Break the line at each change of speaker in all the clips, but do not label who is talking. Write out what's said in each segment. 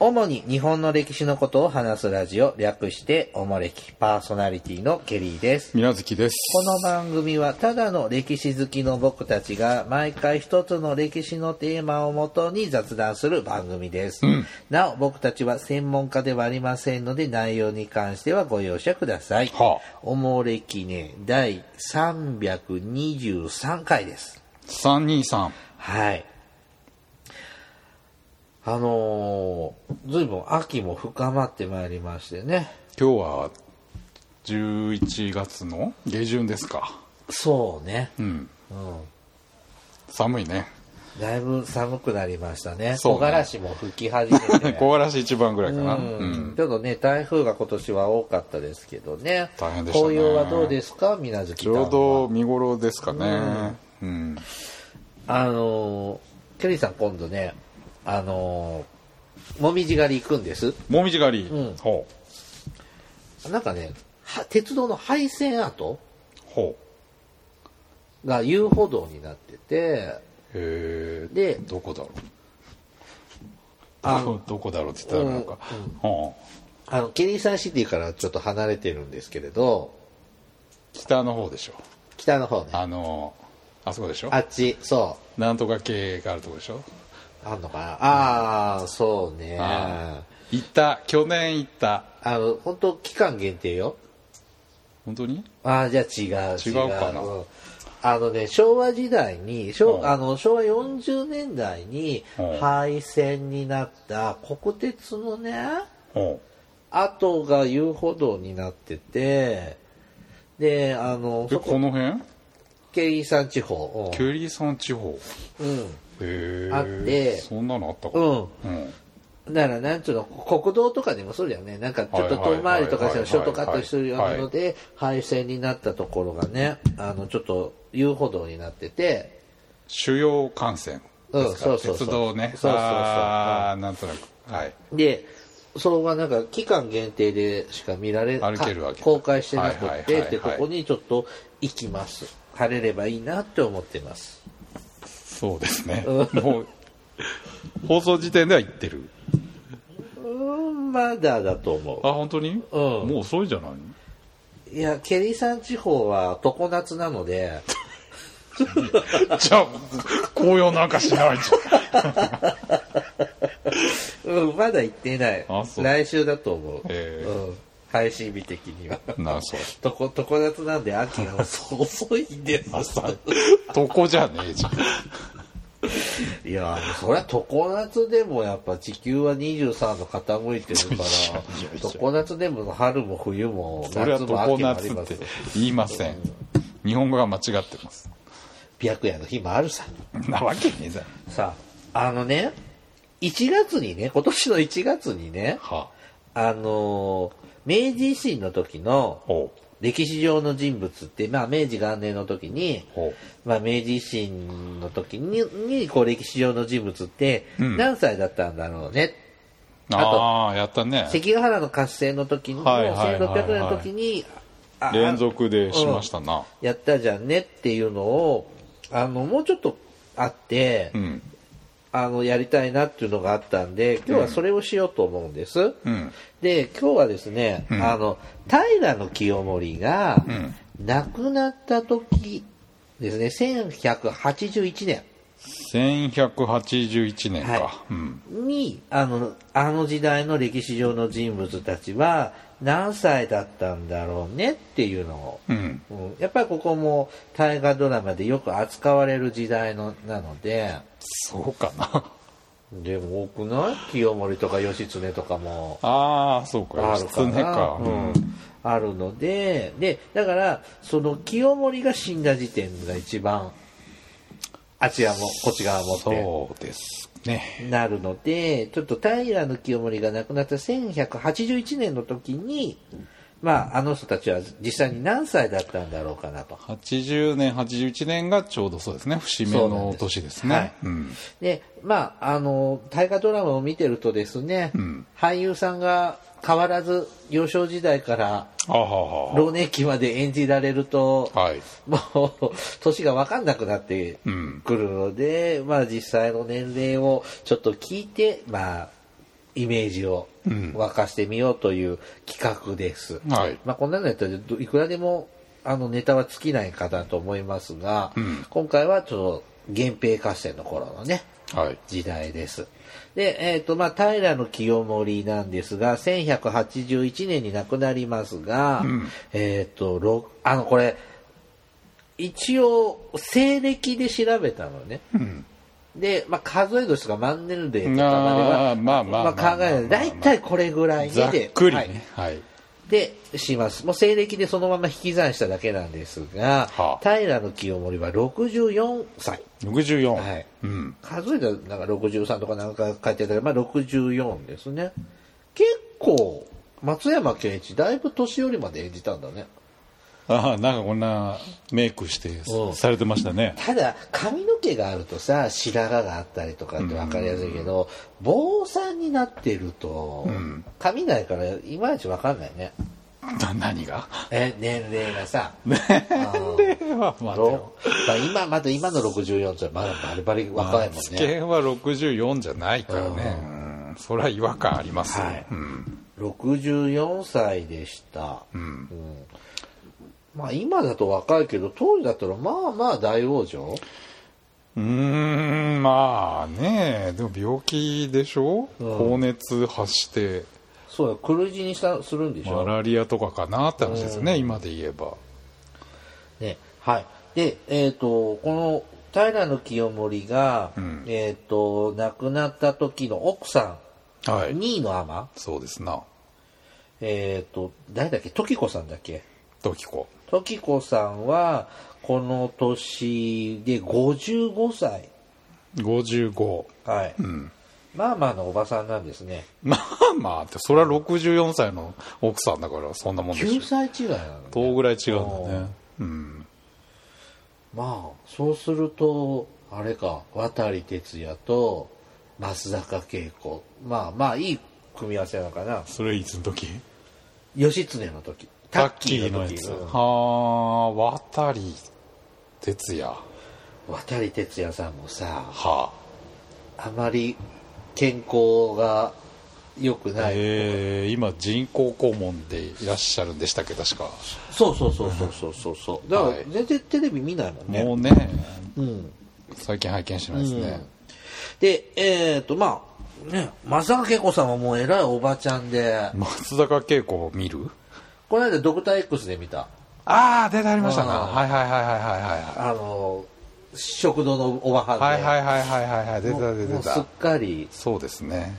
主に日本の歴史のことを話すラジオ、略しておもれきパーソナリティのケリーです。
宮月です。
この番組はただの歴史好きの僕たちが毎回一つの歴史のテーマをもとに雑談する番組です、なお僕たちは専門家ではありませんので内容に関してはご容赦ください、
は
おもれきね第323回です
三人さん。
はいあのー、ずいぶん秋も深まってまいりましてね
今日は11月の下旬ですか。
そうね
うん。
うん
寒いね。
だいぶ寒くなりましたね。
そう
木
ね。
枯らしも吹き始めて、ね
木枯らし一番ぐらいかな。う
うん
ん。
ちょっとね、台風が今年は多かったですけどね。
大変でしたね
紅葉はどうですか、水無月
ち
さんは
ょうど見頃ですかね。うん。
あのー、ケリーさん今度ね、あのー、もみじ狩り行くんです。
もみじ狩り。
うん
ほう。
なんかね、は鉄道の廃線跡
ほ
が遊歩道になってて、
う。へえ。
で
どこだろう。
あ
どこどこだろうって言ったらなんか。ほう。
あの、ケリーさんシティからちょっと離れてるんですけれど、
北の方でしょ。
北の方ね。
あの、あそこでしょ
あ。っち、そう。
なんとか系があるとこでしょ。
あんのかなああ、そうね。あ
あ行った。去年行った。
の、本当期間限定よ。
本当に
ああ、じゃあ違う。
違うかなん
あのね、昭和時代に、昭
うん
あの昭和40年代に
うん
廃線になった国鉄のね、
ほ
跡が遊歩道になってて、で、あの、
う。え、
そ
こ
こ、
の辺
ケリー山地方。
ケリー山地方
うん。
へえ
あって
そんなのあったか
うん。
うん
だから、なんちゅうの、国道とかでもそうだよね。なんか、ちょっと遠回りとかし
はいはいはいはい
て、ショートカットするようなので、廃線になったところがね、あの、ちょっと遊歩道になってて、
主要幹線
うん、そうそうそう。
鉄道ね
そうそうそう。
ああなんとなくはい
うんで、そこがなんか、期間限定でしか見られ、
歩けるわけだ
公開してなく
はいはいはい
て、
はい
で、ここにちょっと行きます。晴れればいいなって思ってます。
そうですねもう放送時点では行ってる
うーん、まだだと思
あ本当に
う。うん。
もう遅いじゃない
いや、ケリ山地方は常夏なので、
じゃあ紅葉なんかしないじゃん
うん、まだ行ってない
あそ。う
来週だと思う。
へえ
うん、配信日的には。
なあそう
とこ、常夏なんで秋が遅遅いん です。
どこじゃねえじゃん
いや、そりゃ常夏でもやっぱ地球は23度傾いてるか
いや
ら
いや い、や
常夏でも春も冬も
それは
夏も
常
秋もあり
夏っ
ます
て。言いません日本語が間違ってます
白夜の日もあるさ。
なわけねえじゃん
さあ、あのね、1月にね、今年の1月にね、
は
あのー明治維新の時の、
ほう
歴史上の人物って、まあ、明治元年の時に、
ほ
まあ、明治維新の時ににこう歴史上の人物って
うん
何歳だったんだろうね、
うああやったね
関ヶ原の合戦の時に、
はいはいはいはい
1600年の時にあ
連続でしましたな、
やったじゃんねっていうのをあのもうちょっとあって、
うん
あのやりたいなっていうのがあったんで今日はそれをしようと思うんです。
うん
で今日はですね、
ん
あの平清盛が
うん
亡くなった時ですね1181年
1181年か、
は
うん、
にあのあの時代の歴史上の人物たちは何歳だったんだろうねっていうのを、
うん、
うんやっぱりここも大河ドラマでよく扱われる時代のなので
そうかな
でも多くない清盛とか義経とかも。
ああそうか義経か
うんあるのででだからその清盛が死んだ時点が一番あちらもこっち側もって
そうですね
なるのでちょっと平清盛が亡くなった1181年の時に、まあ、あの人たちは実際に何歳だったんだろうかなと。
80年81年がちょうどそうですね節目
そうなん
の
です
年ですね
はい
うん
でまああの大河ドラマを見てるとですね、
うん
俳優さんが変わらず幼少時代から
あははは
老年期まで演じられると
はい
もう、年が分かんなくなって
うん
くるので、まあ実際の年齢をちょっと聞いて、まあ、イメージを沸かしてみようという企画です。
はい。
まあ、こんなのやったらどいくらでもあのネタは尽きないかなと思いますが、
ん
今回はちょっと源平合戦の頃のね
はい。
時代です。で、えっ、と、まあ、平清盛なんですが、1181年に亡くなりますが、えっ、と、ろあの、これ、一応、西暦で調べたのね。
うん。
で、まあ、数え年とか万年齢とかまで
あ
は、
ーまあまあ
まあ、考えない。大体これぐらいにで、
ざっくり
はい
ね。はい。
で、します。もう西暦でそのまま引き算しただけなんですが、
はあ
平清盛は64歳。
64。
はい
うん。
数えたらなんか63とかなんか書いてたけど、まあ、64ですね結構松山ケンイチだいぶ年寄りまで演じたんだね
ああ、なんかこんなメイクして
うん
されてましたね。
ただ髪の毛があるとさ白髪があったりとかって分かりやすいけど、坊さんになってると、髪ないからいまいち分かんないね
な何が
え年齢がさ
まあまあでも
ろまあ今まだ今の64ってまだバリバリ若いもん
つ
ね
けは64じゃないからね。うん。それは違和感ありますよ。
はい
うん。
64歳でした、
うん。
まあ今だと若いけど当時だったらまあまあ大往生
うーん、まあね。でも病気でしょ
うん
高熱発して、
そうや黒字にしたするんでし
マ
ょ、
ラリアとかかなって話ですよね、今で言えば。
ね、はいでえっ、とこの平清盛が、
ん
えっ、と亡くなった時の奥さ
は
ん2
い。
位の尼
そうですな。
えっ、と誰だっけ時子さんだっけ
時子。
時子さんはこの年で55歳
55。
はい、まあまあのおばさんなんですね
まあまあって、それは64歳の奥さんだから、そんなもんでし
9
ょ。
歳違いなのね
どうぐらい違うんだね。うん。
まあそうするとあれか渡哲也と増坂慶子まあまあいい組み合わせなのかな
それいつの時
義経の時
タッキーのやつ。
時
はあ、渡り哲也。は
うん渡哲也さんもさ
あ。
あまり健康が良くない、
えー、今人工肛門でいらっしゃるんでしたっけ確か、
そうそうそうそうそうそうそうだから
はい
全然テレビ見ないもんね、
もうね
うん
最近拝見してないですね、
でえっ、とまあね増坂慶子さんはもうえらいおばちゃんで
松坂慶子を見る
この間ドクター X で見た
ああ出てありましたな
あー
はいはいはいはいはいはいはい
あの食堂のおばはんで、
はいはいはいはいはいはい出てた出
もう
て
すったかり
そうですね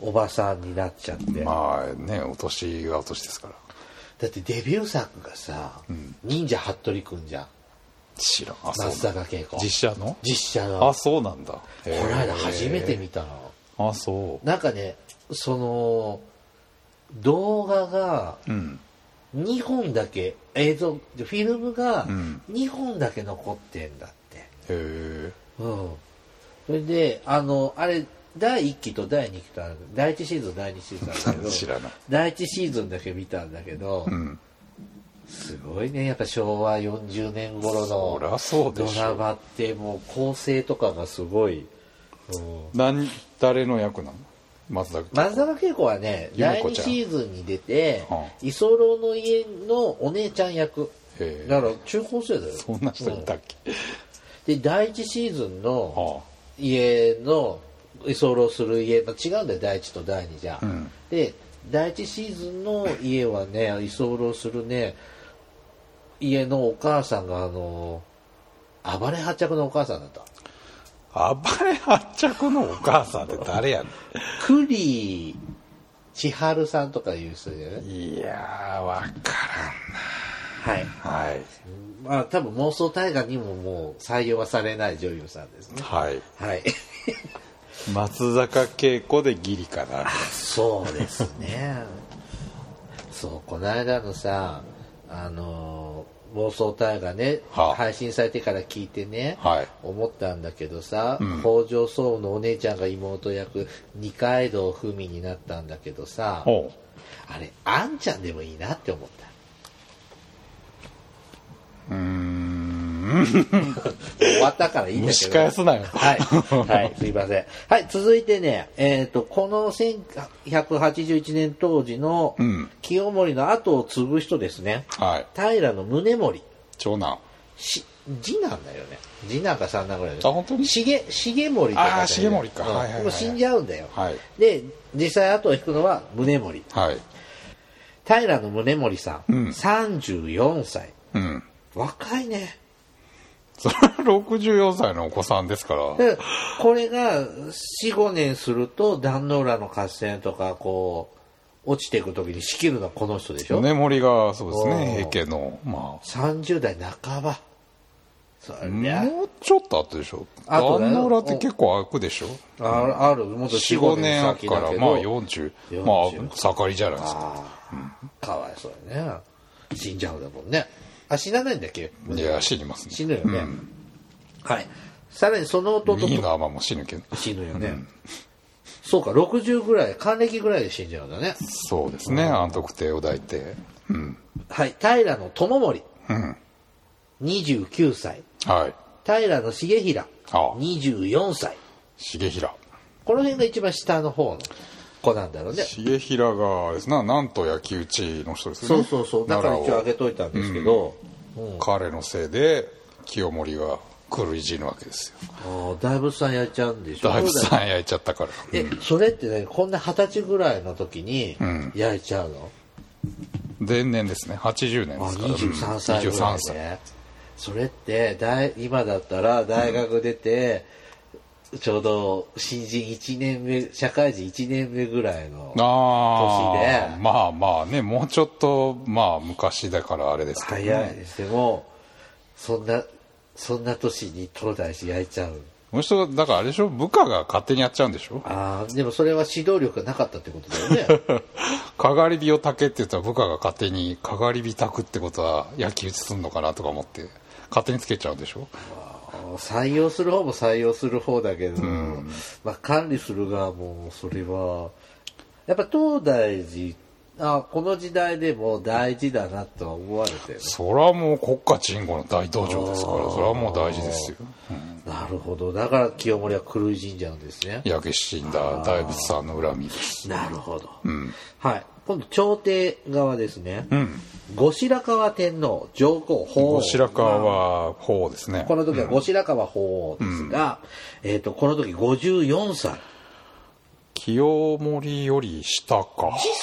おばさんになっちゃって、
まあねお年がお年ですから
だってデビュー作がさ、忍者服部くんじゃん
知らんあそう
松
なんだ
坂慶子
実写の
実写の
あそうなんだこ
この間初めて見たの
あそう
なんかねその動画が
うん
2本だけ映像フィルムが
ん
2本だけ残ってんだって
へ
うんそれであのあれ第1期と第2期とある第1シーズン第2シーズンあるんだけ
え
ど
知らない
第1シーズンだけ見たんだけど、
うん
すごいねやっぱ昭和40年頃
そりゃ
の
そうで
ド
し
ラ
ょ
マってもう構成とかがすごい、うん
何誰の役なの松坂慶子
松坂慶子はね
ゆめ
第
子
2
ちゃん
シーズンに出て
はあ
居候の家のお姉ちゃん役
へえ
だから中高生だよ
そんな人いたっけ、
で第1シーズンの
ああ
家の居候する家、まあ、違うんだよ第1と第2じゃ、
うん
で第1シーズンの家はね居候するね家のお母さんがあの暴れ発着のお母さんだった
暴れ発着のお母さんって誰やね
栗千春さんとかいう人だよね
んいやーわから
はい
んはい
まあ多分妄想大河にももう採用はされない女優さんですね
はい
はい
松坂慶子でギリかな
そうですねそうこの間のさあのー妄想大河ね、
はあ
配信されてから聞いてね、
はい
思ったんだけどさ、北条早雲のお姉ちゃんが妹役二階堂ふみになったんだけどさ
おう
あれあんちゃんでもいいなって思った
うーん
終わったからいいんだけど。
蒸し返すなよ
はい。はい、すいません。はい、続いてね、えっ、と、この1181年当時の
うん
清盛の後を継ぐ人ですね。
はい。
平の宗盛。
長男。
し次男だよね次男か三男ぐらいだ
あ
よね
本当に
重重盛とかだよね
あー重盛か
うん
はいはいはい
もう死んじゃうんだよ、
はい
で実際後を引くのは宗盛
はい。
平の宗盛さん、
うん
34歳
うん。
若いね
それは64歳のお子さんですから。
でこれが45年すると壇ノ浦の合戦とかこう落ちていく時に仕切るのはこの人でしょ、
米盛が、そうですね、
おー
平家の、まあ。
30代半ばそりゃ
もうちょっと後でしょ。
後
壇
だよ
ノ浦って結構開くでしょ。
ああるもっと
4、
45
5
年
年
先
開く
だ
か
けど
ら、まあ40。
40
まあ、盛りじゃないですか。
ああ、かわいそうだね。死んじゃうんだもんね。あ、死なないんだっけ
いや、死にますね。
死ぬよね。はい。さらにその弟
ニー
と
ナーマンも死ぬけど。
死ぬよね。そうか、60ぐらい、還暦ぐらいで死んじゃうんだね。
そうですね、安徳帝を抱いて。うん。
はい、平の智盛、
うん。
29歳。
はい。
平の重衡、
ああ
24歳。
重衡。
この辺が一番下の方の子なんだろうね。
重衡があれですな、なんと焼き討ちの人ですね。
そうそうそう。だから一応
奈
挙げといたんですけど、
良を彼のせいで、清盛が狂い死ぬわけですよ。
ああ大仏さんやっちゃうんでしょ。
大仏
そうだよね
さん焼いちゃったから。
え、それってね、こんな二十歳ぐらいの時に
ん
焼いちゃうの、
前年ですね、80年
あ
ですから。
23歳ぐら
23
い
歳。
ね。それって大、今だったら大学出て、ちょうど新人1年目、社会人1年目ぐらいの
あ
年
あ、
で
まあまあね、もうちょっと、まあ昔だからあれですけど、ね。
早いにしても、そんな、そんな年に東大師焼いちゃう。
もう一つ、だからあれでしょ、部下が勝手にやっちゃうんでしょ
ああ、でもそれは指導力がなかったってことだ よね。
かがり火を炊けって言ったら部下が勝手にかがり火炊くってことは焼き討ちすんのかなとか思って勝手につけちゃうんでしょ
採用する方も採用する方だけど、まあ、管理する側もそれはやっぱ東大寺あこの時代でも大事だなとは思われてる
それはもう国家鎮護の大道場ですからそれはもう大事ですよ
なるほどだから清盛は狂い死んじゃうんですね
焼け死んだ大仏さんの恨みです
なるほど、はい今度朝廷側ですね、
ん
後白河天皇上皇法皇
後白河は法ですね
この時は後白河法皇ですが、えっとこの時54歳
清盛より下か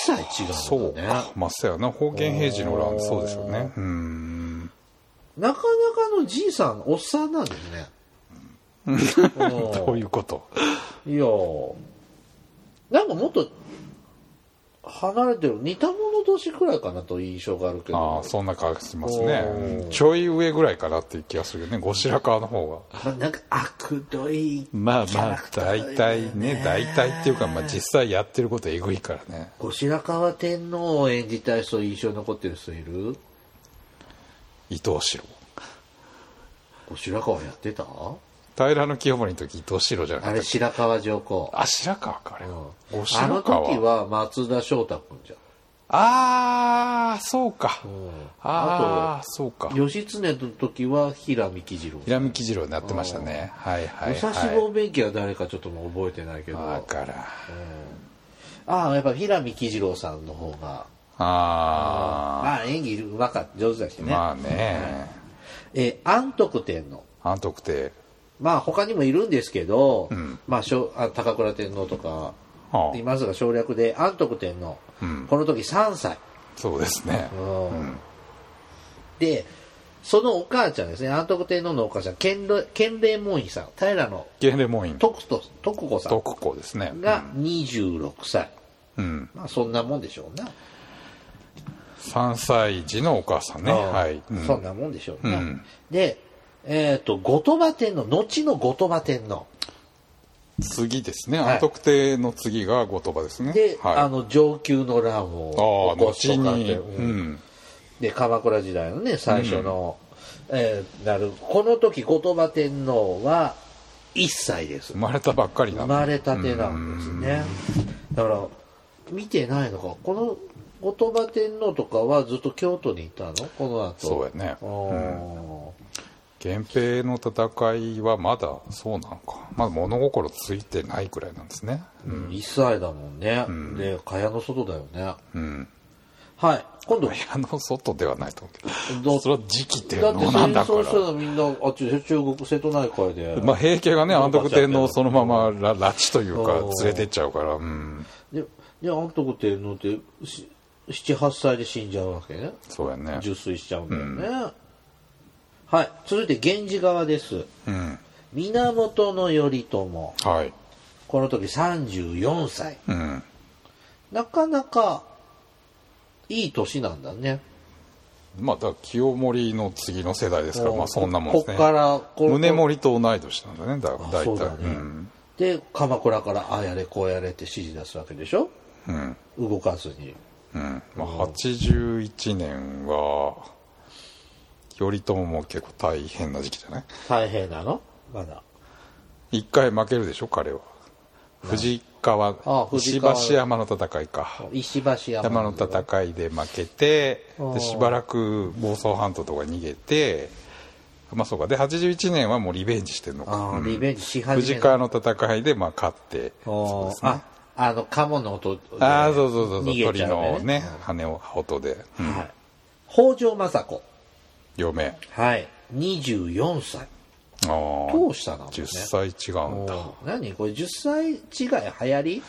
10歳違うんだね
そうかまあそうやな封建平時の乱そうですよねうん
なかなかのじいさん、おっさんなんですね。
どういうこと
いやーなんかもっと離れてる、似た者同士くらいかなという印象があるけ
あ
ど
あ、そんな感じしますね
おー
うんちょい上ぐらいかなっていう気がするよね後白河の方が
なんか悪どい、
まあまあ大体ね大体っていうか、まあ、実際やってることえぐいからね
後白河天皇を演じた人、印象に残ってる人いる
伊藤四郎
後白河やってた
平清盛の時伊藤四郎じゃな
あ
かっ
れ、
た
白河上皇。
あ白川かあれ、
うん
お
あの
白川
時は松田翔太君じゃん。
ああそうか、ああ
あ
そうか
義経の時は平見喜次郎。
平見喜次郎になってましたねはいはい
武蔵坊
は
弁慶は誰かちょっともう覚えてないけ
い
ど。
だから
ああ、やっぱ平見喜次郎さんの方が、
あ
まあ演技うまかった、上手だし
あ
ね。
まあね
えー安徳天皇。
安徳帝
まあ他にもいるんですけど、まあしょあ高倉天皇とか、
はあ
いますが省略で安徳天皇、
うん
この時3歳。
そうですね
うんで、そのお母ちゃんですね、安徳天皇のお母ちゃん、建礼建礼門院さん、平の
源礼門院
徳と徳子さん
徳子ですね
が26歳。
うん
まあそんなもんでしょうな。
3歳児のお母さんね
ああ
はい、うん
そんなもんでしょうね、
うん
でえっ、と後鳥羽天皇後の後鳥羽天皇
次ですね、
い
安徳帝の次が後鳥羽ですね。
で、
はい、
あの上級の乱
あ
を
あ
起こし
後
とかって
に、
う
うんん、
で鎌倉時代のね最初の、えーなるこの時後鳥羽天皇は1歳です
生まれたばっかりな
生
んだ
まれたてなんですねだから見てないのかこの後鳥羽天皇とかはずっと京都にいたのこの後
そうやね
あー
源平の戦いはまだそうなのかまだ物心ついてないくらいなんですね
うん、一切だもんね。で、蚊帳の外だよね。
うん
はい。今度、
部屋の外ではないと思うけ
ど
どそれは時期っていう
だって
の
戦
なんだか
争した
ら
らみんな、あっちでしょ中国瀬戸内海で。
まあ、平家がね
どうなっ
安
ちゃっ
徳
てる
天皇をそのままら拉致というか
おー
連れてっちゃうから、うん、
で、で、安徳天皇って、し7、8歳で死んじゃうわけね。
そうやね
受水しちゃうんだよね。はい。続いて、源氏側です。
うん
源頼朝。
はい
この時34歳。
うん
なかなか、いい年なんだね。
まあだから清盛の次の世代ですからまあそんなもん
こ
です
こっ
ね
から、これ
宗盛と同い年なんだねだ大
そう
体
だね、で鎌倉からああやれこうやれって指示出すわけでしょ
うん、うん
動かずに
うんまあ、81年は頼朝も結構大変な時期じゃない
大変なのまだ
一回負けるでしょ彼は藤川
あ藤
石
川
橋山の戦いか
石橋山
山の戦いで負けて
おー
でしばらく房総半島とか逃げてまあそうかで81年はもうリベンジしてんのか
ああリベンジし始
藤
めた
川の戦いでまあ勝って
おー
そうですね
ああの鴨の音で
ああそうそうそうそう、
逃げち
鳥
ゃう
の
ね
ね羽を羽音で、うん
はい、北条政子
嫁
はい24歳
ああ
どうしたの
10歳違うんだ
もう何これ10歳違い流行り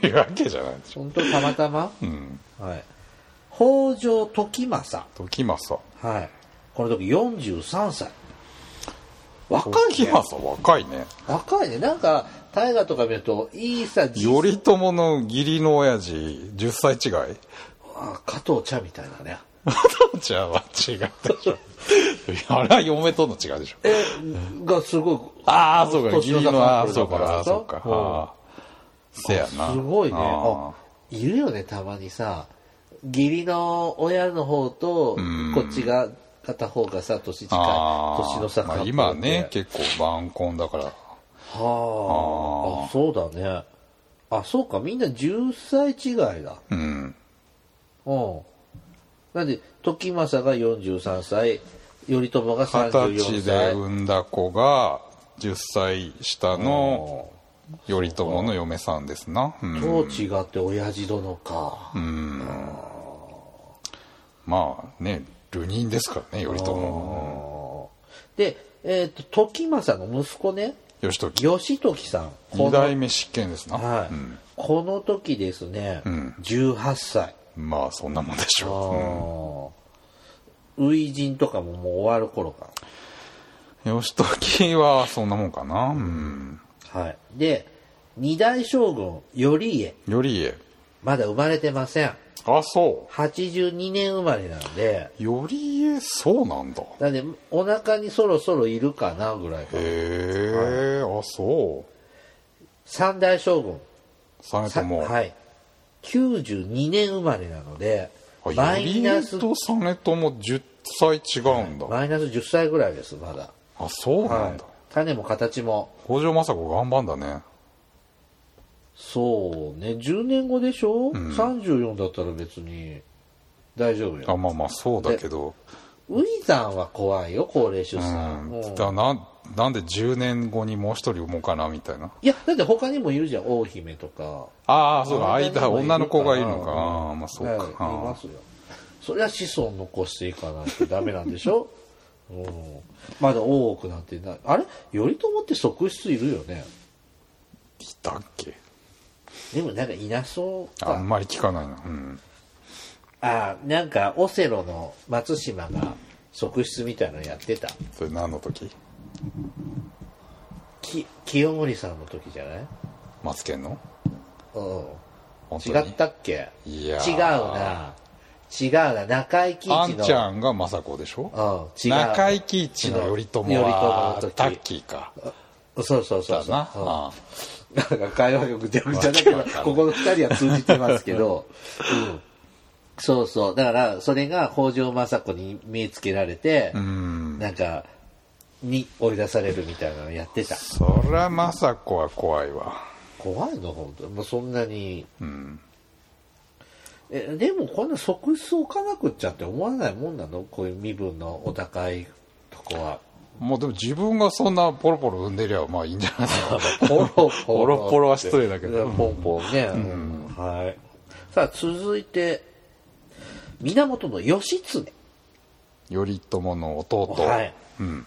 というわけじゃないでしょ
本当たまたま、
うん
はい北条時政
時政
はいこの時43歳若い
時
ね
政若いね
若いねなんか大河とか見るといいさじ
頼朝の義理の親父10歳 違い
あ加藤茶みたいなね
父ちゃんは違うでしょいやあれは嫁との違うでしょ
えがすごい
ああそうか
年の
義理
差
のああ
カップ
そ
ルだ
うか
から
あーそうか
うん
あーせやな
すごいねあ
あ
いるよねたまにさ義理の親の方と
ん
こっちが片方がさ年近い
ーあー
年の差カッ
ま
プ
あ
ルで
今ね結構晩婚だから
はああそうだねあそうかみんな10歳違いだ
うん
うんなんで時政が43歳頼朝が
二十歳
34
で
歳
産んだ子が10歳下の
うん
頼朝の嫁さんですな、うん、
と違って親父殿か、
まあね流人ですからね頼朝
で、えー、と時政の息子ね
義時
義時さん
二
この,、
代目執権ですな、
はいこの時ですね、18歳
うん、まあそんなもんでし
あ
ょう
ー初陣とかももう終わる頃か
義時はそんなもんかな、うん、
はいで二代将軍頼家
頼家
まだ生まれてません
あそ
82年生まれなんで
う頼家そうなんだへ
なんでお腹にそろそろいるかなぐらいか
え、あそう
三代将軍
実
さ
朝
は
はい
92年生まれなのでマ
頼
イ
家
ナス
と実朝10歳違うんだ、
マイナス10歳ぐらいですまだ、
あそうな
は
ん
い
だ、、
種も形も
北条政子頑張んだね
そうね10年後でしょ、34だったら別に大丈夫
あ
よ
まあまあそうだけど
ウイザンは怖いよ高齢出
う
産、うんん
だななんで10年後にもう一人産もうかなみたいない
やだって他にもいるじゃん大姫とか
ああそうか
女の子が
間
いる
女の子がいるのか
う
ああまあそう
はいい
か、あ
ますよそりゃ子孫残していかないとダメなんでし ょ、うん、まだ多くなってないあれ頼朝って側室いるよね
ーいたっけ
でもなんかいなそう
あ
か
んまり聞かないなうん
あーなんかオセロの松島が側室みたいなのやってた
それ何の時
き清盛さんの時じゃない
マツケンの
うん
本当
違
に
ったっけ
いや
違う
ー
な違うな中井貴一の
あんちゃんが政子でしょ
うん違う
中井貴一の頼朝は
頼朝の時
タッキーか
そうそうそう
だ
そう
な
うん
あ
なんか会話がぐちゃぐちゃだけど
わけわかんない
ここの二人は通じてますけ ど、うん、そうそうだからそれが北条政子に目つけられて、
あうん
なんかに追い出されるみたいなのやってた
そりゃ政子は怖いわ
怖いの本当もうそんなに
うん
えでもこんな即室置かなくっちゃって思わないもんなのこういう身分のお高いとこは
もうでも自分がそんなポロポロ産んでりゃまあいいんじゃないですか
ポロポロ。
ポロポロは失礼だけど
ポロポロね。
はい。
さあ、続いて、源義経。
頼朝の弟、
はい。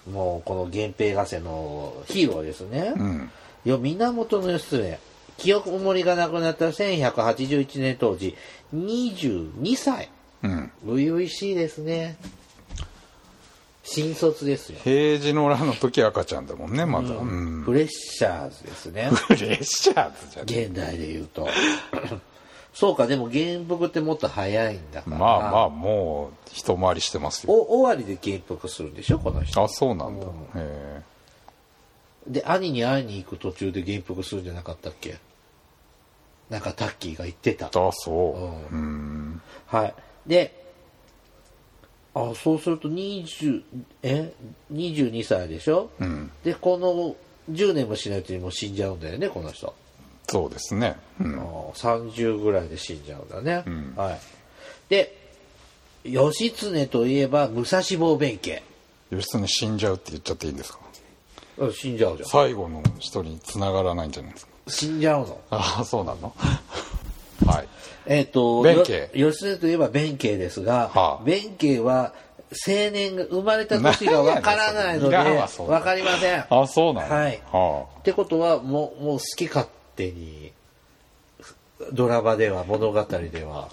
もう、この源平合戦のヒーローですね。
うん、
よ源義経。清盛が亡くなった1181年当時、22歳。
うん、
初々しいですね。新卒ですよ。
平治の乱の時赤ちゃんだもんねまだ、うん
フレッシャーズです ね。
プレッシャーズじゃね
現代で言うと そうかでも原服ってもっと早いんだから
まあまあもう一回りしてますよ
お終わりで原服するんでしょこの人
あそうなんだ、へ
で兄に会いに行く途中で原服するんじゃなかったっけなんかタッキーが言ってた
えあそううん
はいであそうすると20え22歳でしょ、
ん
でこの10年もしないうちにもう死んじゃうんだよねこの人
そうですね、うん、
あー30ぐらいで死んじゃうんだね、はいで義経といえば武蔵坊弁慶
義経死んじゃうって言っちゃっていいんですか
うん死んじゃうじゃん
最後の人に繋がらないんじゃないですか
死んじゃうの
ああそうなの はい
えっ、と
弁慶
よ義経といえば弁慶ですが、
はあ
弁慶は青年が生まれた年がわからないので
なんやねん
わ
それいらんわそんな
かりません
あそうなの
はい
はあ
ってことはもうもう好き勝手にドラマでは物語では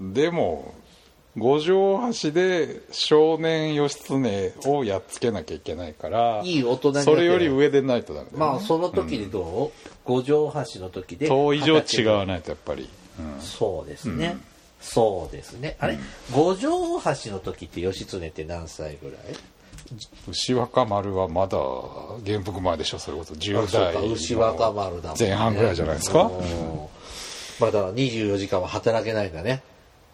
でも五条橋で少年義経をやっつけなきゃいけないから
いい大人になって
それより上でないとダメだよね、
まあその時でどう、五条橋の時で
遠い以上
二十歳
違わないとやっぱり、うん
そうですね、そうですねあれ、五条橋の時って義経って何歳ぐらい
牛若丸はまだ原服前でしょそれこそ
あ
10
そう
代
か牛若丸だもん、ね、
前半ぐらいじゃないですか
うんまだ24時間は働けないんだね、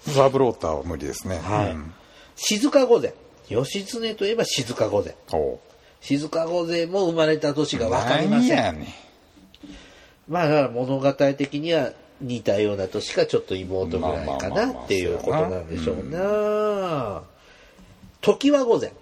ザブローターは無理ですね、うん
静か御前義経といえば静か御前
おう
静か御前も生まれた年が分かりま
何
せん
やねん
まあだから物語的には似たような年かちょっと妹ぐらいか
まあまあま
な
あまあ
っていうことなんでしょうな時は御前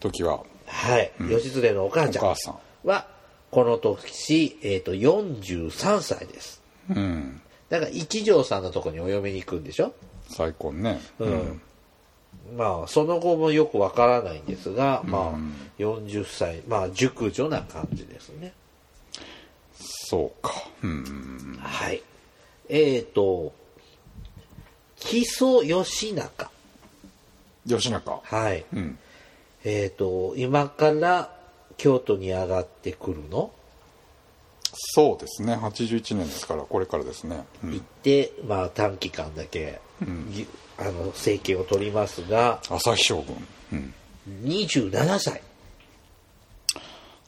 時は
はい、義経のお母ちゃん
お母さん
はこの年、えー、と43歳です
うん
だから一条さんのとこにお嫁に行くんでしょ、
再婚ね、
うんまあその後もよくわからないんですが、まあ40歳まあ熟女な感じですね
そうかうん
はいえっ、と木曽義仲
吉中
はい、
うん
えっ、と今から京都に上がってくるの
そうですね81年ですからこれからですね、うん
行って、まあ、短期間だけ、ぎあの政権を取りますが
朝日将軍、うん、
27歳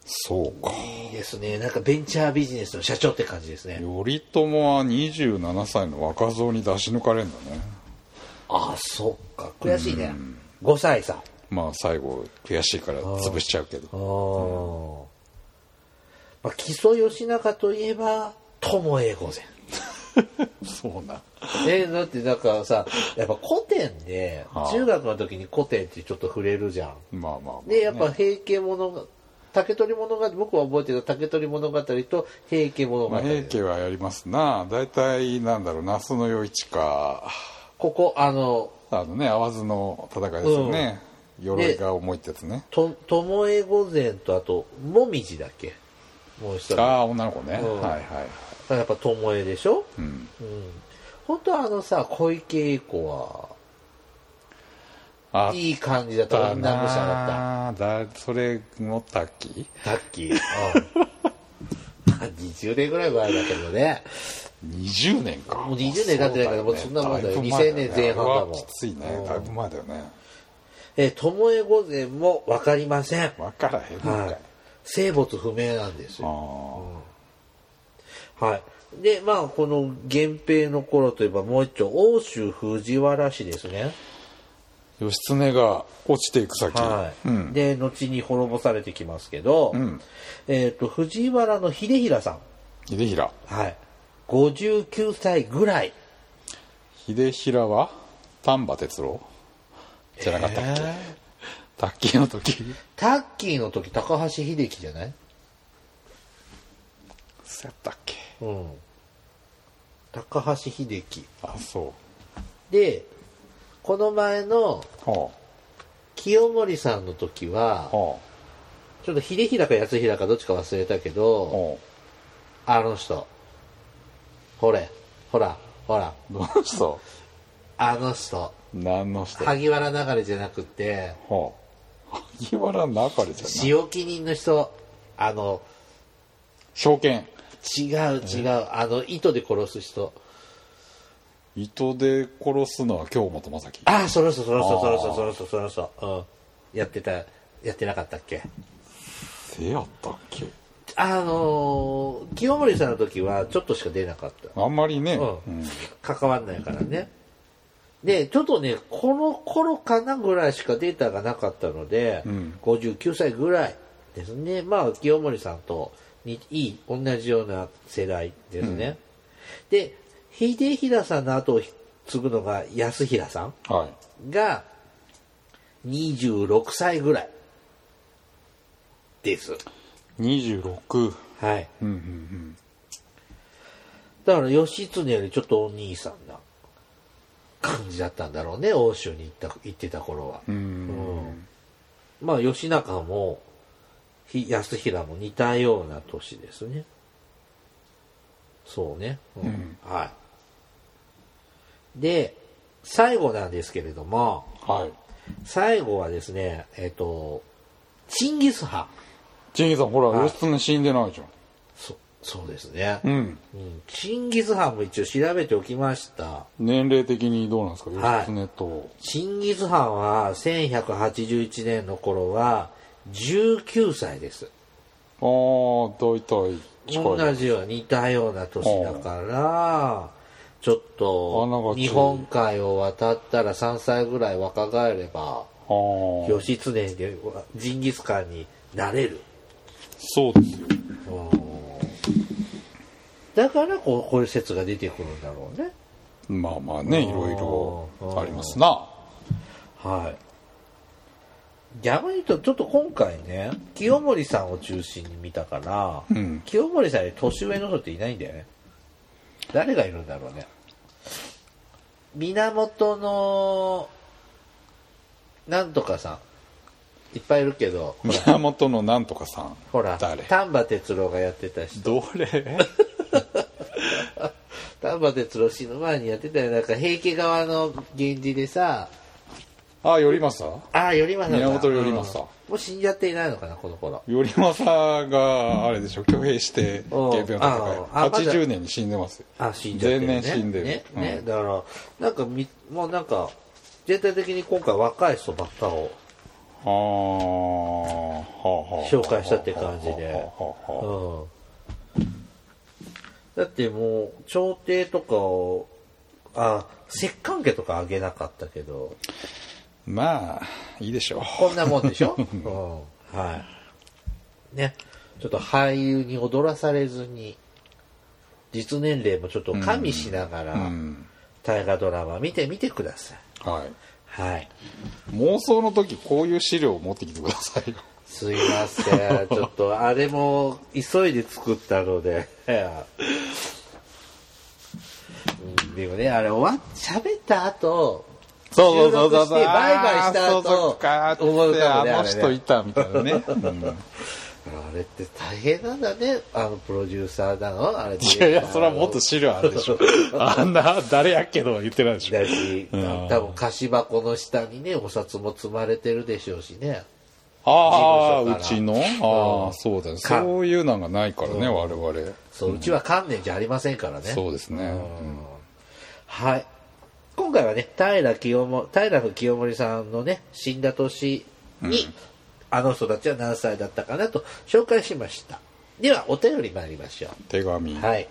そうか
いいですねなんかベンチャービジネスの社長って感じですね
頼朝は27歳の若造に出し抜かれるんだね
ああそっか悔しいね5歳差
まあ最後悔しいから潰しちゃうけ
あ
ど
ー、まあ、木曽義仲といえば巴御前
そうな
えーだってなんかさやっぱ古典で
はあ
中学の時に古典ってちょっと触れるじゃん
まあまあ、まあね
でやっぱ平家物語竹取物語僕は覚えてた竹取物語と平家物
ま
語
あ、平家はやりますな大体なんだろう那須の与一か
ここあの
あのね淡路の戦いですよね、鎧が重いってやつね
と巴御前とあと紅葉だっけもう一人
あ
や
あ女の子ね、
うん
はいはい
っぱ巴でしょ、
うん
うん、本当はあのさ小池栄子は
あ
いい感じだった女武者だっ
あだそれの滝
たタッキー、うん、まあ20年ぐ らい前だけどね
20年か
もう20年経ってないからもうそんなもんだよ
いぶ前
2000年前半だもん
あれはきついねだいぶ前だよね
えー巴御前も分かりません、
分からへんのかい、
はい、生物不明なんです
あ
よはいでまあこの源平の頃といえばもう一丁奥州藤原氏ですね
あ義経が落ちていく先、
はい
うん、
で後に滅ぼされてきますけど、
ん
えー、と藤原の秀衡さん、
秀平
はい、59歳ぐらい
秀平は丹波哲郎じゃなかったっけ、卓球の時
タッキーの時、高橋秀樹じゃない
そうやったっけ
うん。高橋秀樹。
あそ
で、この前の
うは
清盛さんの時は
あ、は
ちょっと秀平か安平かどっちか忘れたけ
あ
ど、
は
あの人。ほれ、ほら、ほら、
あどの人
あの人。
何の人は
萩原流れじゃなくて、
あ萩原中れじゃない
使用記人の人、あの、
証券
違う違う、あの、糸で殺す人。
糸で殺すのは京本正樹
ああ、そろそろそろそろ
あー
そろそろそろそろそろ。うん。やってた、やってなかったっけ
せやったっけ
あのー清盛さんの時はちょっとしか出なかった。
あんまりね、
う
うんん、
関わんないからね。で、ちょっとね、この頃かなぐらいしかデータがなかったので、
うん
59歳ぐらいですね。まあ、清盛さんとにいい、同じような世代ですね。で、秀平さんの後を継ぐのが安平さん
はい
が26歳ぐらいです。
26
はい。
うんうんうん
だから義経よりちょっとお兄さんな感じだったんだろうね欧州に行った行ってた頃は、
うー
うん
ん
まあ義仲もひ安平も似たような年ですねそうね、うん
うん
はいで最後なんですけれども
はい
最後はですねえっ、とチンギス・ハン
ジェニーさんほら
はい
義経死んでないじゃん
そそうですね、
うん
うんチンギス・ハンも一応調べておきました
年齢的にどうなんですか
はい
義経と
チンギス・ハンは1181年の頃は19歳です。
ああ大体近い
同じような似たような年だから、ちょっ
穴
と
が強い
日本海を渡ったら3歳ぐらい若返れば、
ああ
義経でジンギスカンになれる。
そうですよ
だからこうこういう説が出てくるんだろうね。
まあまあねいろいろありますな
はい。逆に言うと、ちょっと今回ね、清盛さんを中心に見たから、
うん
清盛さんより年上の人っていないんだよね。誰がいるんだろうね。源の、なんとかさん。いっぱいいるけど、ほら
源のなんとかさん
ほら、
誰
丹波哲郎がやってた人。
ど れ
丹波哲郎死ぬ前にやってたよ。なんか平家側の源氏でさ、
ああ頼政
ああ、頼政だ。
源頼政
うんもう死んじゃっていないのかな、この頃。
頼政があれでしょ挙兵して
うん
源平の戦い
あああまだ
80年に死んでますよ
あ、死んじゃってる、ね。
前年死んでる
ね。
うん
ね、だから、なんかみ、もうなんか、全体的に今回若い人ばっかを、
ああはあはあ
紹介したって感じで
はあはあはあはあ
うん。だってもう、朝廷とかを、あ、摂関家とかあげなかったけど、
まあいいでしょう
こんなもんで しょうん。はい。ね。ちょっと俳優に踊らされずに、実年齢もちょっと加味しながら、
うん
大河ドラマ見てみてください。
はい
はい。
妄想の時こういう資料を持ってきてくださいよ
すいません。ちょっと、あれも、急いで作ったので。 うんでもね、あれ、終わっ、喋った後、
そうそうそう
収録し
そう
てバイバイした
あーそうそう
後、
かーって
思うかもね、
あ
あ
の
れ
人い
ね。
たみたいなね、うん
あれって大変なんだね、あの、プロデューサーだの、あれ
いやいや、それはもっと資料あるでしょ。あんな、誰やっけど言ってない でしょ。
だし、
うん
多分菓子箱の下にね、お札も積まれてるでしょうしね。
ああ、
事務
う
所
ちのああ、そうだよ。
か
そういうのがないからね、我々。
そう、うちは観念じゃありませんからね。
そうですね。うん
はい。今回はね、平清盛、平清盛さんのね、死んだ年に、あの人たちは何歳だったかなと紹介しました。では、お便り参りましょ
手紙
う。。はい。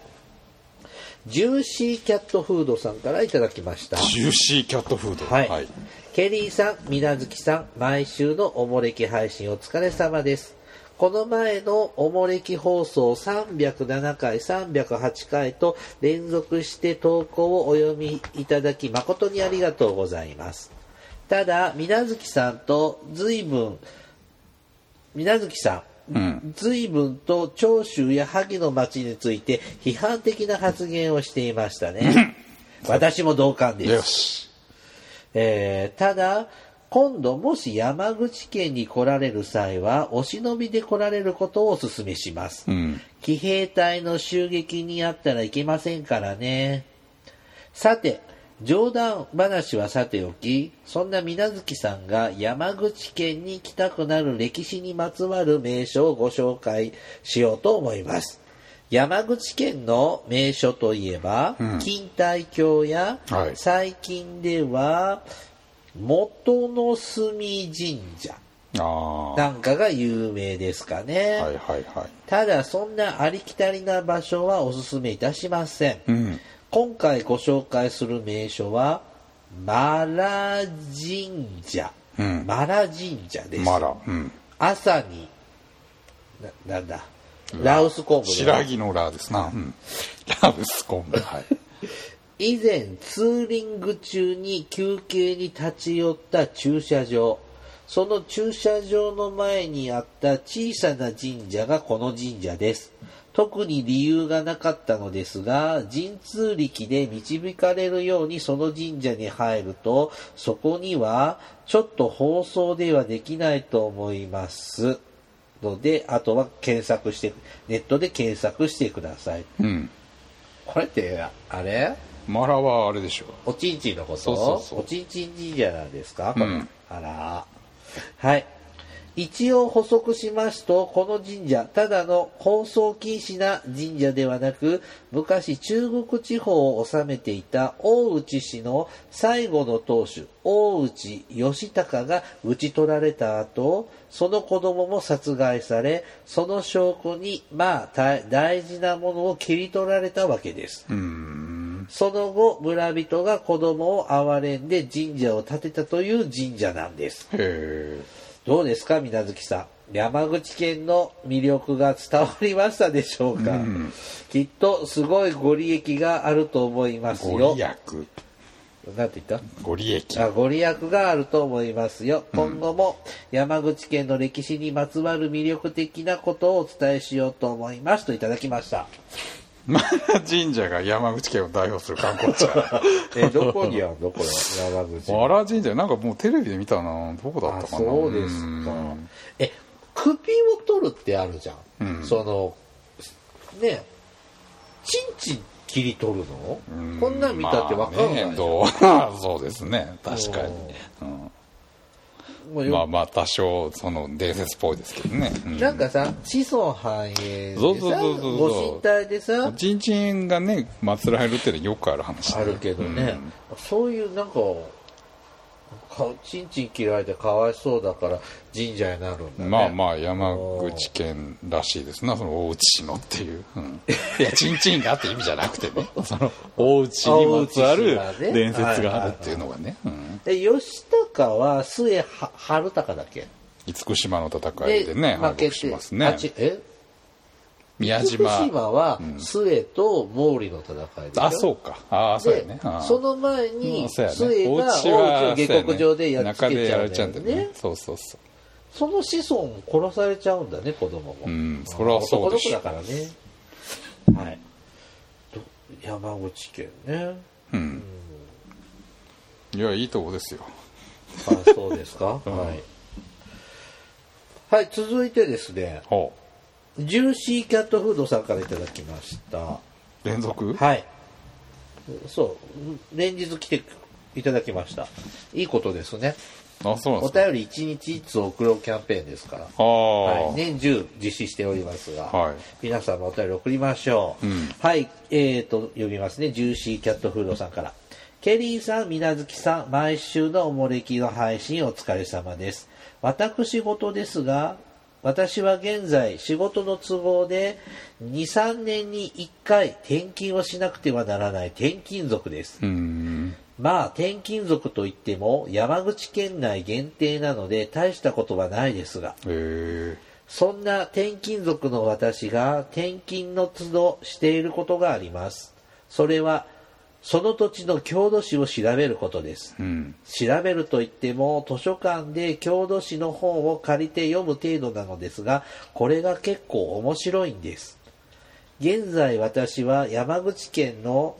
ジューシーキャットフードさんからいただきました。
ジューシーキャットフード。
はい。ケリーさん、みなずきさん、毎週のおもれき配信お疲れ様です。この前のおもれき放送307回、308回と連続して投稿をお読みいただき誠にありがとうございます。ただ、水無月さんと随分、水無月さん、
うん
随分と長州や萩の町について批判的な発言をしていましたね。私も同感です
よ。し。
えーただ、今度もし山口県に来られる際は、お忍びで来られることをお勧めします。
うん。
騎兵隊の襲撃にあったらいけませんからね。さて、冗談話はさておき、そんな水月さんが山口県に来たくなる歴史にまつわる名所をご紹介しようと思います。山口県の名所といえば、
うん
錦帯橋や、
はい
最近では、元の隅神社
ああ。
なんかが有名ですかね。
はいはいはい。
ただそんなありきたりな場所はおすすめいたしません、
うん。
今回ご紹介する名所はマラ神社、
うん
マラ神社です、
まだ。うん。
朝にななんだラウス昆布
白木のラーですな。うん。ラブスコンブ。はい。
以前ツーリング中に休憩に立ち寄った駐車場その駐車場の前にあった小さな神社がこの神社です特に理由がなかったのですが神通力で導かれるようにその神社に入るとそこにはちょっと放送ではできないと思いますのであとは検索してネットで検索してください
うん。
これってあれ
マラはあれでしょ
おちんちんのこと
そうそうそう
おちんちん神社なんですかこれ、
うん
あら。はい。一応補足しますと、この神社、ただの放送禁止な神社ではなく、昔中国地方を治めていた大内氏の最後の当主、大内義高が討ち取られた後、その子供も殺害され、その証拠に、まあ、大大事なものを切り取られたわけです。
う。うん。
その後、村人が子供を憐れんで神社を建てたという神社なんです。
へえ。
どうですか、水無月さん。山口県の魅力が伝わりましたでしょうか、きっとすごいご利益があると思いますよ。
ご利益。
なんて言った
ご利 益。
あご利益があると思いますよ。今後も山口県の歴史にまつわる魅力的なことをお伝えしようと思いますといただきました。
マラ神社が山口県を代表する観光地。
え、どこにあるのこれ、山 口。
マラ神社、なんかもうテレビで見たな。どこだったかな。
あそうですか、え首を取るってあるじゃん、
うん
そのねちんちん切り取るの、
うん
こんなん見たって分かんないじゃん、
まあねどう そうですね確かに、
もう
うん
よ
まあまあ多少その伝説っぽいですけどね、うん
なんかさ子孫繁栄でさ
そうそうそうそう
ご神体でさ
ちんちんがね祀られるっていうのはよくある話で
あるけどね、そういうなんかかちんちん切られてかわいそうだから神社になるんだね
まあまあ山口県らしいですなその大内市のっていう、 うん、いやちんちんがって意味じゃなくてねその大内にまつわる
大内市がね
伝説があるっていうのがね、うん、
で吉高は末は春高だっけ
厳島の戦いでね
負
敗
け
北
て
します
あ
ね
ちえ
宮
福
島
島は末と毛利の戦いでしょ
あそうかああそうや
で
ねああ
その前
う
に
んそう
末
や
が
ね
大内を下克上でやっつ
そうやね中
け
で
ち
や
ゃう
られ
ん
ち
だ
ゃう
よ
んだよね
ね
そうそうそ
その子孫を殺されちゃうんだね子供も
ううんそれはそうで
男
し
の
ょ
子だからねはいど山口県ね
うんいやいいとこですよ
あそうです か、はいはい続いてですね
ほ
ジューシーキャットフードさんからいただきました
う連続
はい。そう。連日来ていただきました。いいことですね。
あそうな
お
んですか
便り1日1つ送ろうキャンペーンですから。
ああ、
はい、年中実施しておりますが、
はい
皆さんもお便り送りましょう、
うん
はいえー、と読みますねジューシーキャットフードさんからケリーさん、みなずきさん、毎週のおもれきの配信お疲れ様です。私事ですが、私は現在仕事の都合で2、3年に1回転勤をしなくてはならない転勤族です。
うん
まあ、転勤族といっても山口県内限定なので大したことはないですが、
へえ
そんな転勤族の私が転勤の都度していることがあります。それはその土地の郷土史を調べることです。
うん。
調べるといっても図書館で郷土史の本を借りて読む程度なのですがこれが結構面白いんです現在私は山口県の、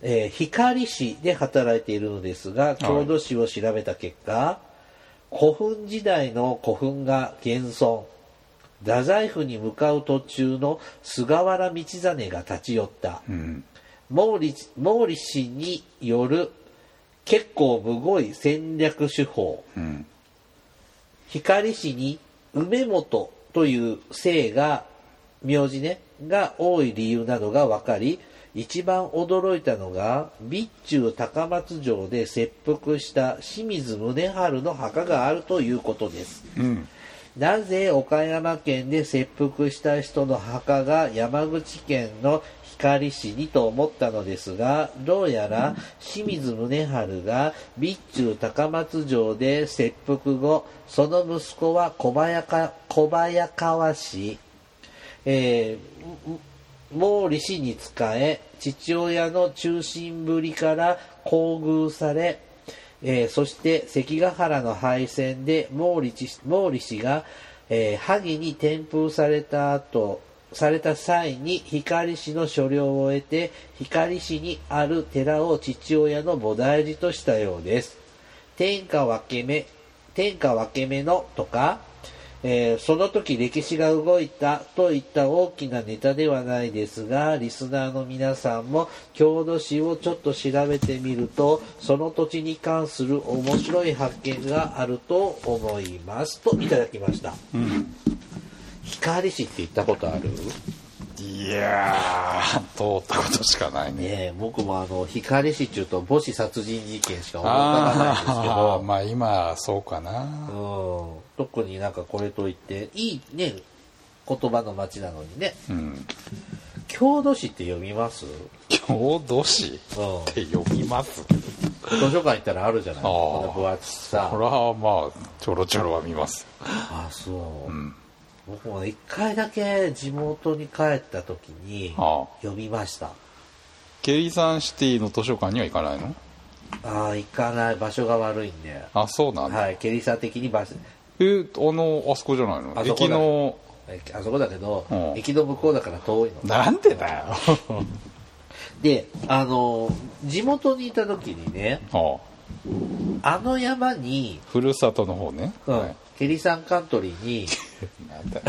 えー光市で働いているのですが郷土史を調べた結果、古墳時代の古墳が現存太宰府に向かう途中の菅原道真が立ち寄った、
うん。
毛利毛利氏による結構むごい戦略手法
うん。
光氏に梅本という姓が名字ねが多い理由などが分かり一番驚いたのが備中高松城で切腹した清水宗春の墓があるということです
うん。
なぜ岡山県で切腹した人の墓が山口県の光市にと思ったのですが、どうやら清水宗春が備中高松城で切腹後、その息子は小早川小早川市、えー毛利氏に仕え父親の忠臣ぶりから厚遇され、えーそして関ヶ原の敗戦で毛利氏毛利氏が、えー萩に転封された後された際に光氏の所領を得て光氏にある寺を父親の菩提寺としたようです天下分け目天下分け目のとか、えーその時歴史が動いたといった大きなネタではないですがリスナーの皆さんも郷土史をちょっと調べてみるとその土地に関する面白い発見があると思いますといただきました、光市って言ったことある
いやー、通ったことしかない ね。
ねえ僕もあの光市中と母子殺人事件しか思い浮かばないんですけ
あ
ど
あ、まあ今、そうかな。
うん特になんかこれといっていいね言葉の街なのにね
うん。
郷土史って読みます
郷土史
うん
って読みます
図書館行ったらあるじゃない
あー
この分厚さ
これはまあ、ちょろちょろは見ます。
あそう、
うん。
僕もね一回だけ地元に帰った時に
ああ
読みました
ケリーサンシティの図書館には行かないの
ああ行かない場所が悪いんで
あ、そうなんだ。
はいケリーさん的に場所
え、あの、あそこじゃないの
あそこだ
駅の、
えあそこだけど、
うん
駅の向こうだから遠いの
なんでだよ。
であの地元にいた時にね
ああ
あの山に、
ふるさとの方ね。
うん
はい
ケリーさんカントリー に
なんだよ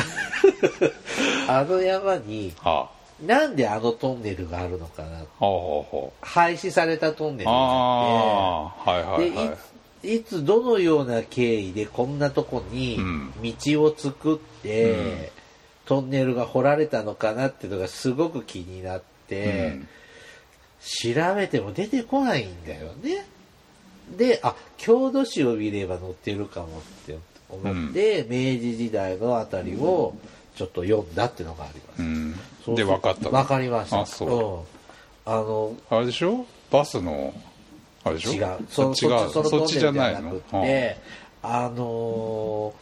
あの山に
あ
なんであのトンネルがあるのかな
あ、ほうほうほう。
廃止されたトンネルがあって
ああ、はいは
で
い
い
はい。
ついつどのような経緯でこんなとこに
うん
道を作って、トンネルが掘られたのかなっていうのがすごく気になって、
うん
調べても出てこないんだよね。であ郷土史を見れば載ってるかもって思って、明治時代のあたりをちょっと読んだっていうのがあります。
うん
そう
で、分かったの。
わかりました。
あ、そう。
うんあの
あれでしょバスの、あれでしょ
違うそそっ
そ違う。
ちその
そっちじゃない
トンネ
の
ルじゃなくてあの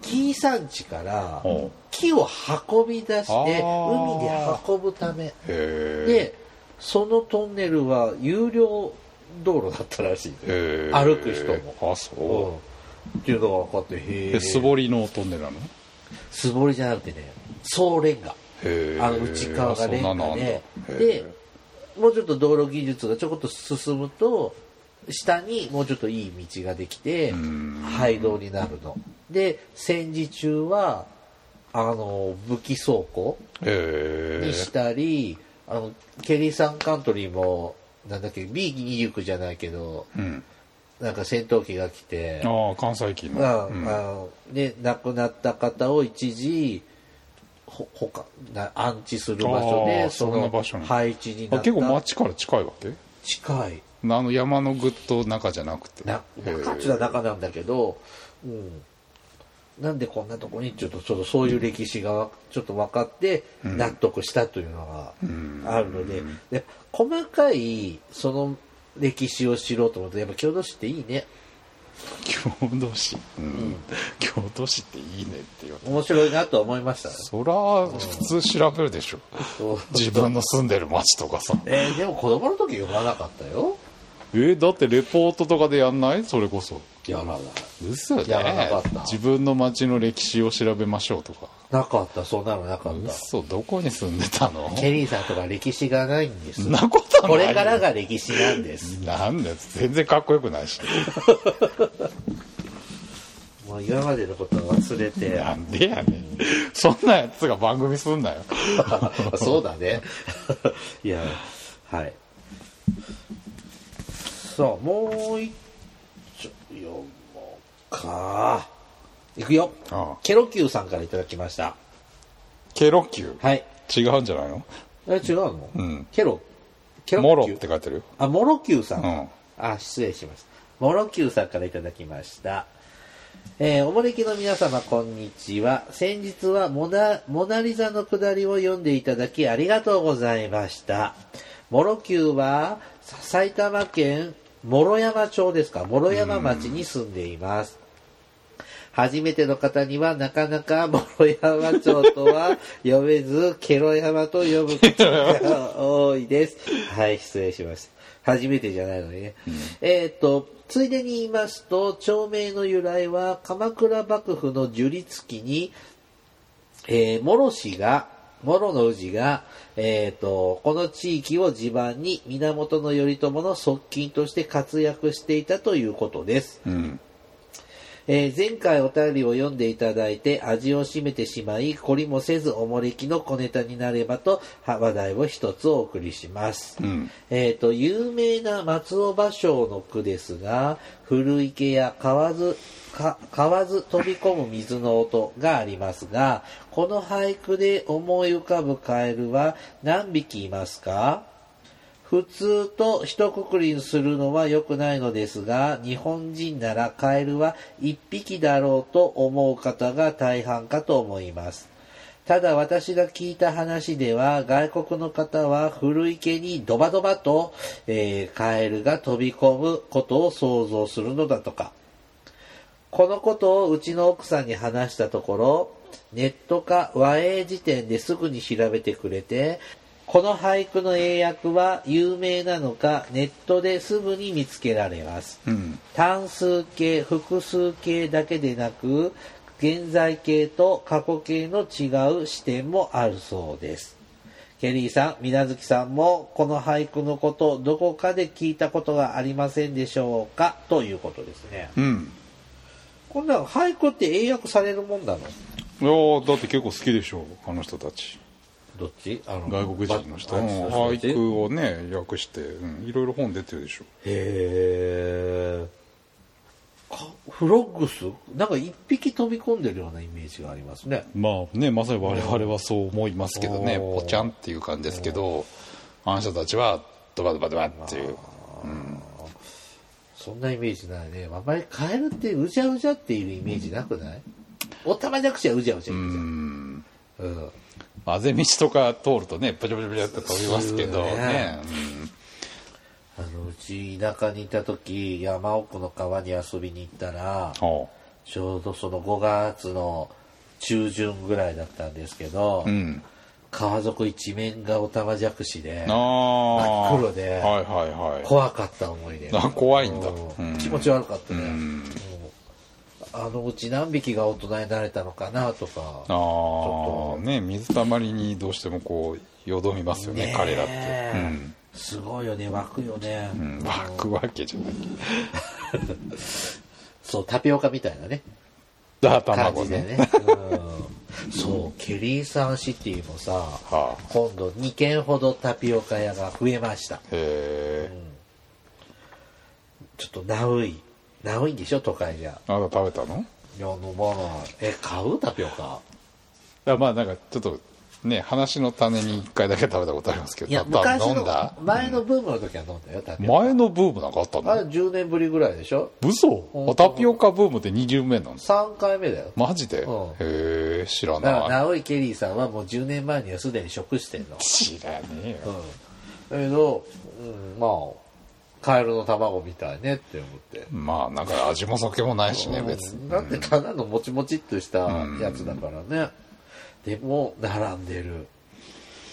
ー紀伊山地から
うんうんへ
木を運び出
あ
して
ー
海で運ぶため
え。
でそのトンネルは有料道路だったらしいね
へえ、
歩く人も
あ、
う
そ
んっていうのが分かって
う。
へ
で、
え
素彫りのトンネルなのへ
素彫りじゃなくてね総レンガ
え。
あの内側がレン
あそんなの
ガ
あんだ
で
へ、
で
え、
もうちょっと道路技術がちょこっと進むと、下にもうちょっといい道ができて
ん、
廃道になるの。で、戦時中は、あの、武器倉庫
へえ
にしたり、あの、ケリーサンカントリーも、なんだっけ、B29 じゃないけど、
うん。
なんか戦闘機が来て、
ああ、関西機
うんあ
の。うん
ので亡くなった方を一時ほほかな安置する場所
あ
で
ー
そ
そんな
の
場所なの
配置に
あ
なった
結構街から近いわけ
近い
あの山のぐっと中じゃなくて。
な
へえ
中は中なんだけど、うん、なんでこんなとこにちょっとちょっとそういう歴史がちょっと分かって納得したというのがあるので,、で細かいその歴史を知ろうと思うとやっぱ郷土史っていいね。
郷土史、うん、郷土史っていいねって言われて
面白いなと思いました。
そら普通調べるでしょ
そう
自分の住んでる町とかさ
えーでも子供の時読まなかったよ。
えーだってレポートとかでやんないそれこそ
やらない。
嘘
やらな
ね
かった
自分の町の歴史を調べましょうとか
なかった、そんなのなかった。
嘘どこに住んでたの
ケリーさんとか歴史がないんです
そん。なことない
これからが歴史なんです。
なんだよ全然かっこよくないし
もう今までのことは忘れて。
なんでやねんそんなやつが番組すんなよ
そうだね。 いや、はい。さあ、もう一丁読もうか。いくよ。
ああ
ケロキューさんからいただきました。
ケロキュー
はい。
違うんじゃないの
え、違うの、
うん
ケロ、ケロキュー
モロって書いてるよ
あ、モロキューさん。
うん
あ、失礼しました。モロキューさんからいただきました。えーおもれきの皆様、こんにちは。先日はモナ、モナリザのくだりを読んでいただき、ありがとうございました。モロキューは、さ埼玉県諸山町ですか、諸山町に住んでいます。初めての方にはなかなか諸山町とは読めず、ケロ山と呼ぶことが多いです。はい、失礼しました。初めてじゃないのにね。えっ、と、ついでに言いますと、町名の由来は鎌倉幕府の樹立記に、えー、諸氏が、諸の氏が、えっ、と、この地域を地盤に源頼朝の側近として活躍していたということです。
うん
えー前回お便りを読んでいただいて味を占めてしまい、懲りもせずおもれきの小ネタになればとは話題を一つお送りします。
うん
えっ、と、有名な松尾芭蕉の句ですが、古池や河津、か河津飛び込む水の音がありますが、この俳句で思い浮かぶカエルは何匹いますか普通と一括りにするのは良くないのですが、日本人ならカエルは一匹だろうと思う方が大半かと思います。ただ私が聞いた話では、外国の方は古池にドバドバと、えーカエルが飛び込むことを想像するのだとか。このことをうちの奥さんに話したところ、ネットか和英辞典ですぐに調べてくれて、この俳句の英訳は有名なのかネットですぐに見つけられます。
うん
単数形、複数形だけでなく、現在形と過去形の違う視点もあるそうです。ケリーさん、水無月さんも、この俳句のこと、どこかで聞いたことがありませんでしょうかということですね。
うん
こんなの俳句って英訳されるもんなの
いやーだって結構好きでしょあの人たち
どっちあの
外国人の人う
へ
ん俳句をね訳して、うん、いろいろ本出てるでしょ
えフロッグスなんか一匹飛び込んでるようなイメージがありますね
まあねまさに我々はそう思いますけどね
おー
ぽちゃんっていう感じですけどあの人たちはドバドバドバっていう
そんなイメージないねあんまりカエルってうじゃうじゃっていうイメージなくない、おたまじゃくしはうじゃうじゃいるじゃんうん
あぜ道とか通るとねプチプチプチって飛びますけど
そう
ね
ねあのうち田舎にいた時山奥の川に遊びに行ったら
うんは
ちょうどその5月の中旬ぐらいだったんですけど、
あうん
川底一面がオタマジャクシで
ああ
真っ黒で
はいはいはい
怖かった思い出
あ怖いんだ
うん気持ち悪かったね、うんあのうち何匹が大人になれたのかなとか
ああね水たまりにどうしてもこうよどみますよね
ね
彼らって
えすごいよね湧くよね、
うん、うん、 湧くわけじゃない
そうタピオカみたいなね
だ
感
卵
じで
ね
ね、 うん、そうケリーさんシティもさ、
はあ
今度2軒ほどタピオカ屋が増えました
へえ
ちょっとナウイナウイんでしょ都会じゃ
あなた食べたの
いや飲まないえ買うタピオカ
だまあなんかちょっとね話の種に一回だけ食べたことありますけど
いや
だ
昔
飲ん
の
だ
前のブームの時は飲んだよタピオカ
前のブームなんかあった
あれ
の
10年ぶりぐらいでしょ
嘘あ
本当
タピオカブームって20目なんです
3回目だよ
マジで、
うん
へえ知ら
だから
ない
直井ケリーさんはもう10年前にはすでに食してんの
知らねえ
う
よ
んだけど、うん、まあカエルの卵みたいねって思って。
まあなんか味も酒もないしね別に
だってただのもちもちっとしたやつだからね。でも、並んでる。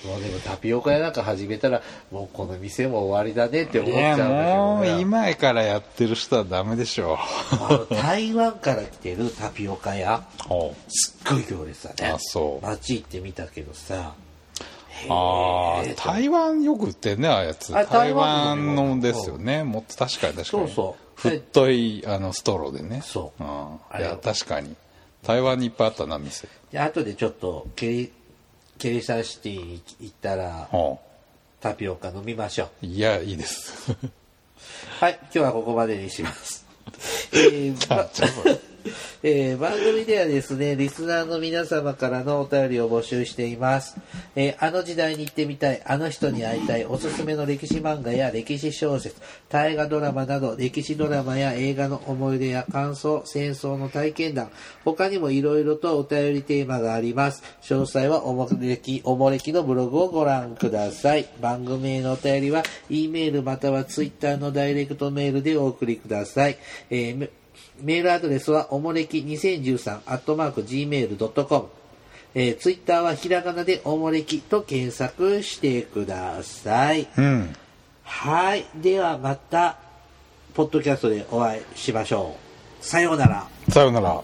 もうでもタピオカ屋なんか始めたら、もうこの店も終わりだねって思
い
っちゃ
や
うんだけど
も
ね
う今からやってる人はダメで しょ
あの台湾から来てるタピオカ屋、
うほう
すっごい行列だね。
あそう
街行ってみたけどさ。
ああ台湾よく売ってんねああいうやつ
あ
台
台湾
湾のですよねもっと確かに確かに
そうそう
太いあのストローでね
そう
うん
あ
い
れ
や確かに台湾にいっぱいあったな店
で後でちょっと、ケリ、ケリサシティに行ったら、
ほ
タピオカ飲みましょう。
ういやいいです
はい、今日はここまでにします。えーばえー番組ではですね、リスナーの皆様からのお便りを募集しています。えーあの時代に行ってみたい、あの人に会いたい、おすすめの歴史漫画や歴史小説、大河ドラマなど、歴史ドラマや映画の思い出や感想、戦争の体験談、他にもいろいろとお便りテーマがあります。詳細はおもれき、おもれきのブログをご覧ください。番組へのお便りは、E メールまたは Twitter のダイレクトメールでお送りください。えーめメールアドレスは、おもれき2013、アットマーク、gmail.com。えー、ツイッターはひらがなでおもれきと検索してください。
うん
はい。ではまた、ポッドキャストでお会いしましょう。さようなら。
さようなら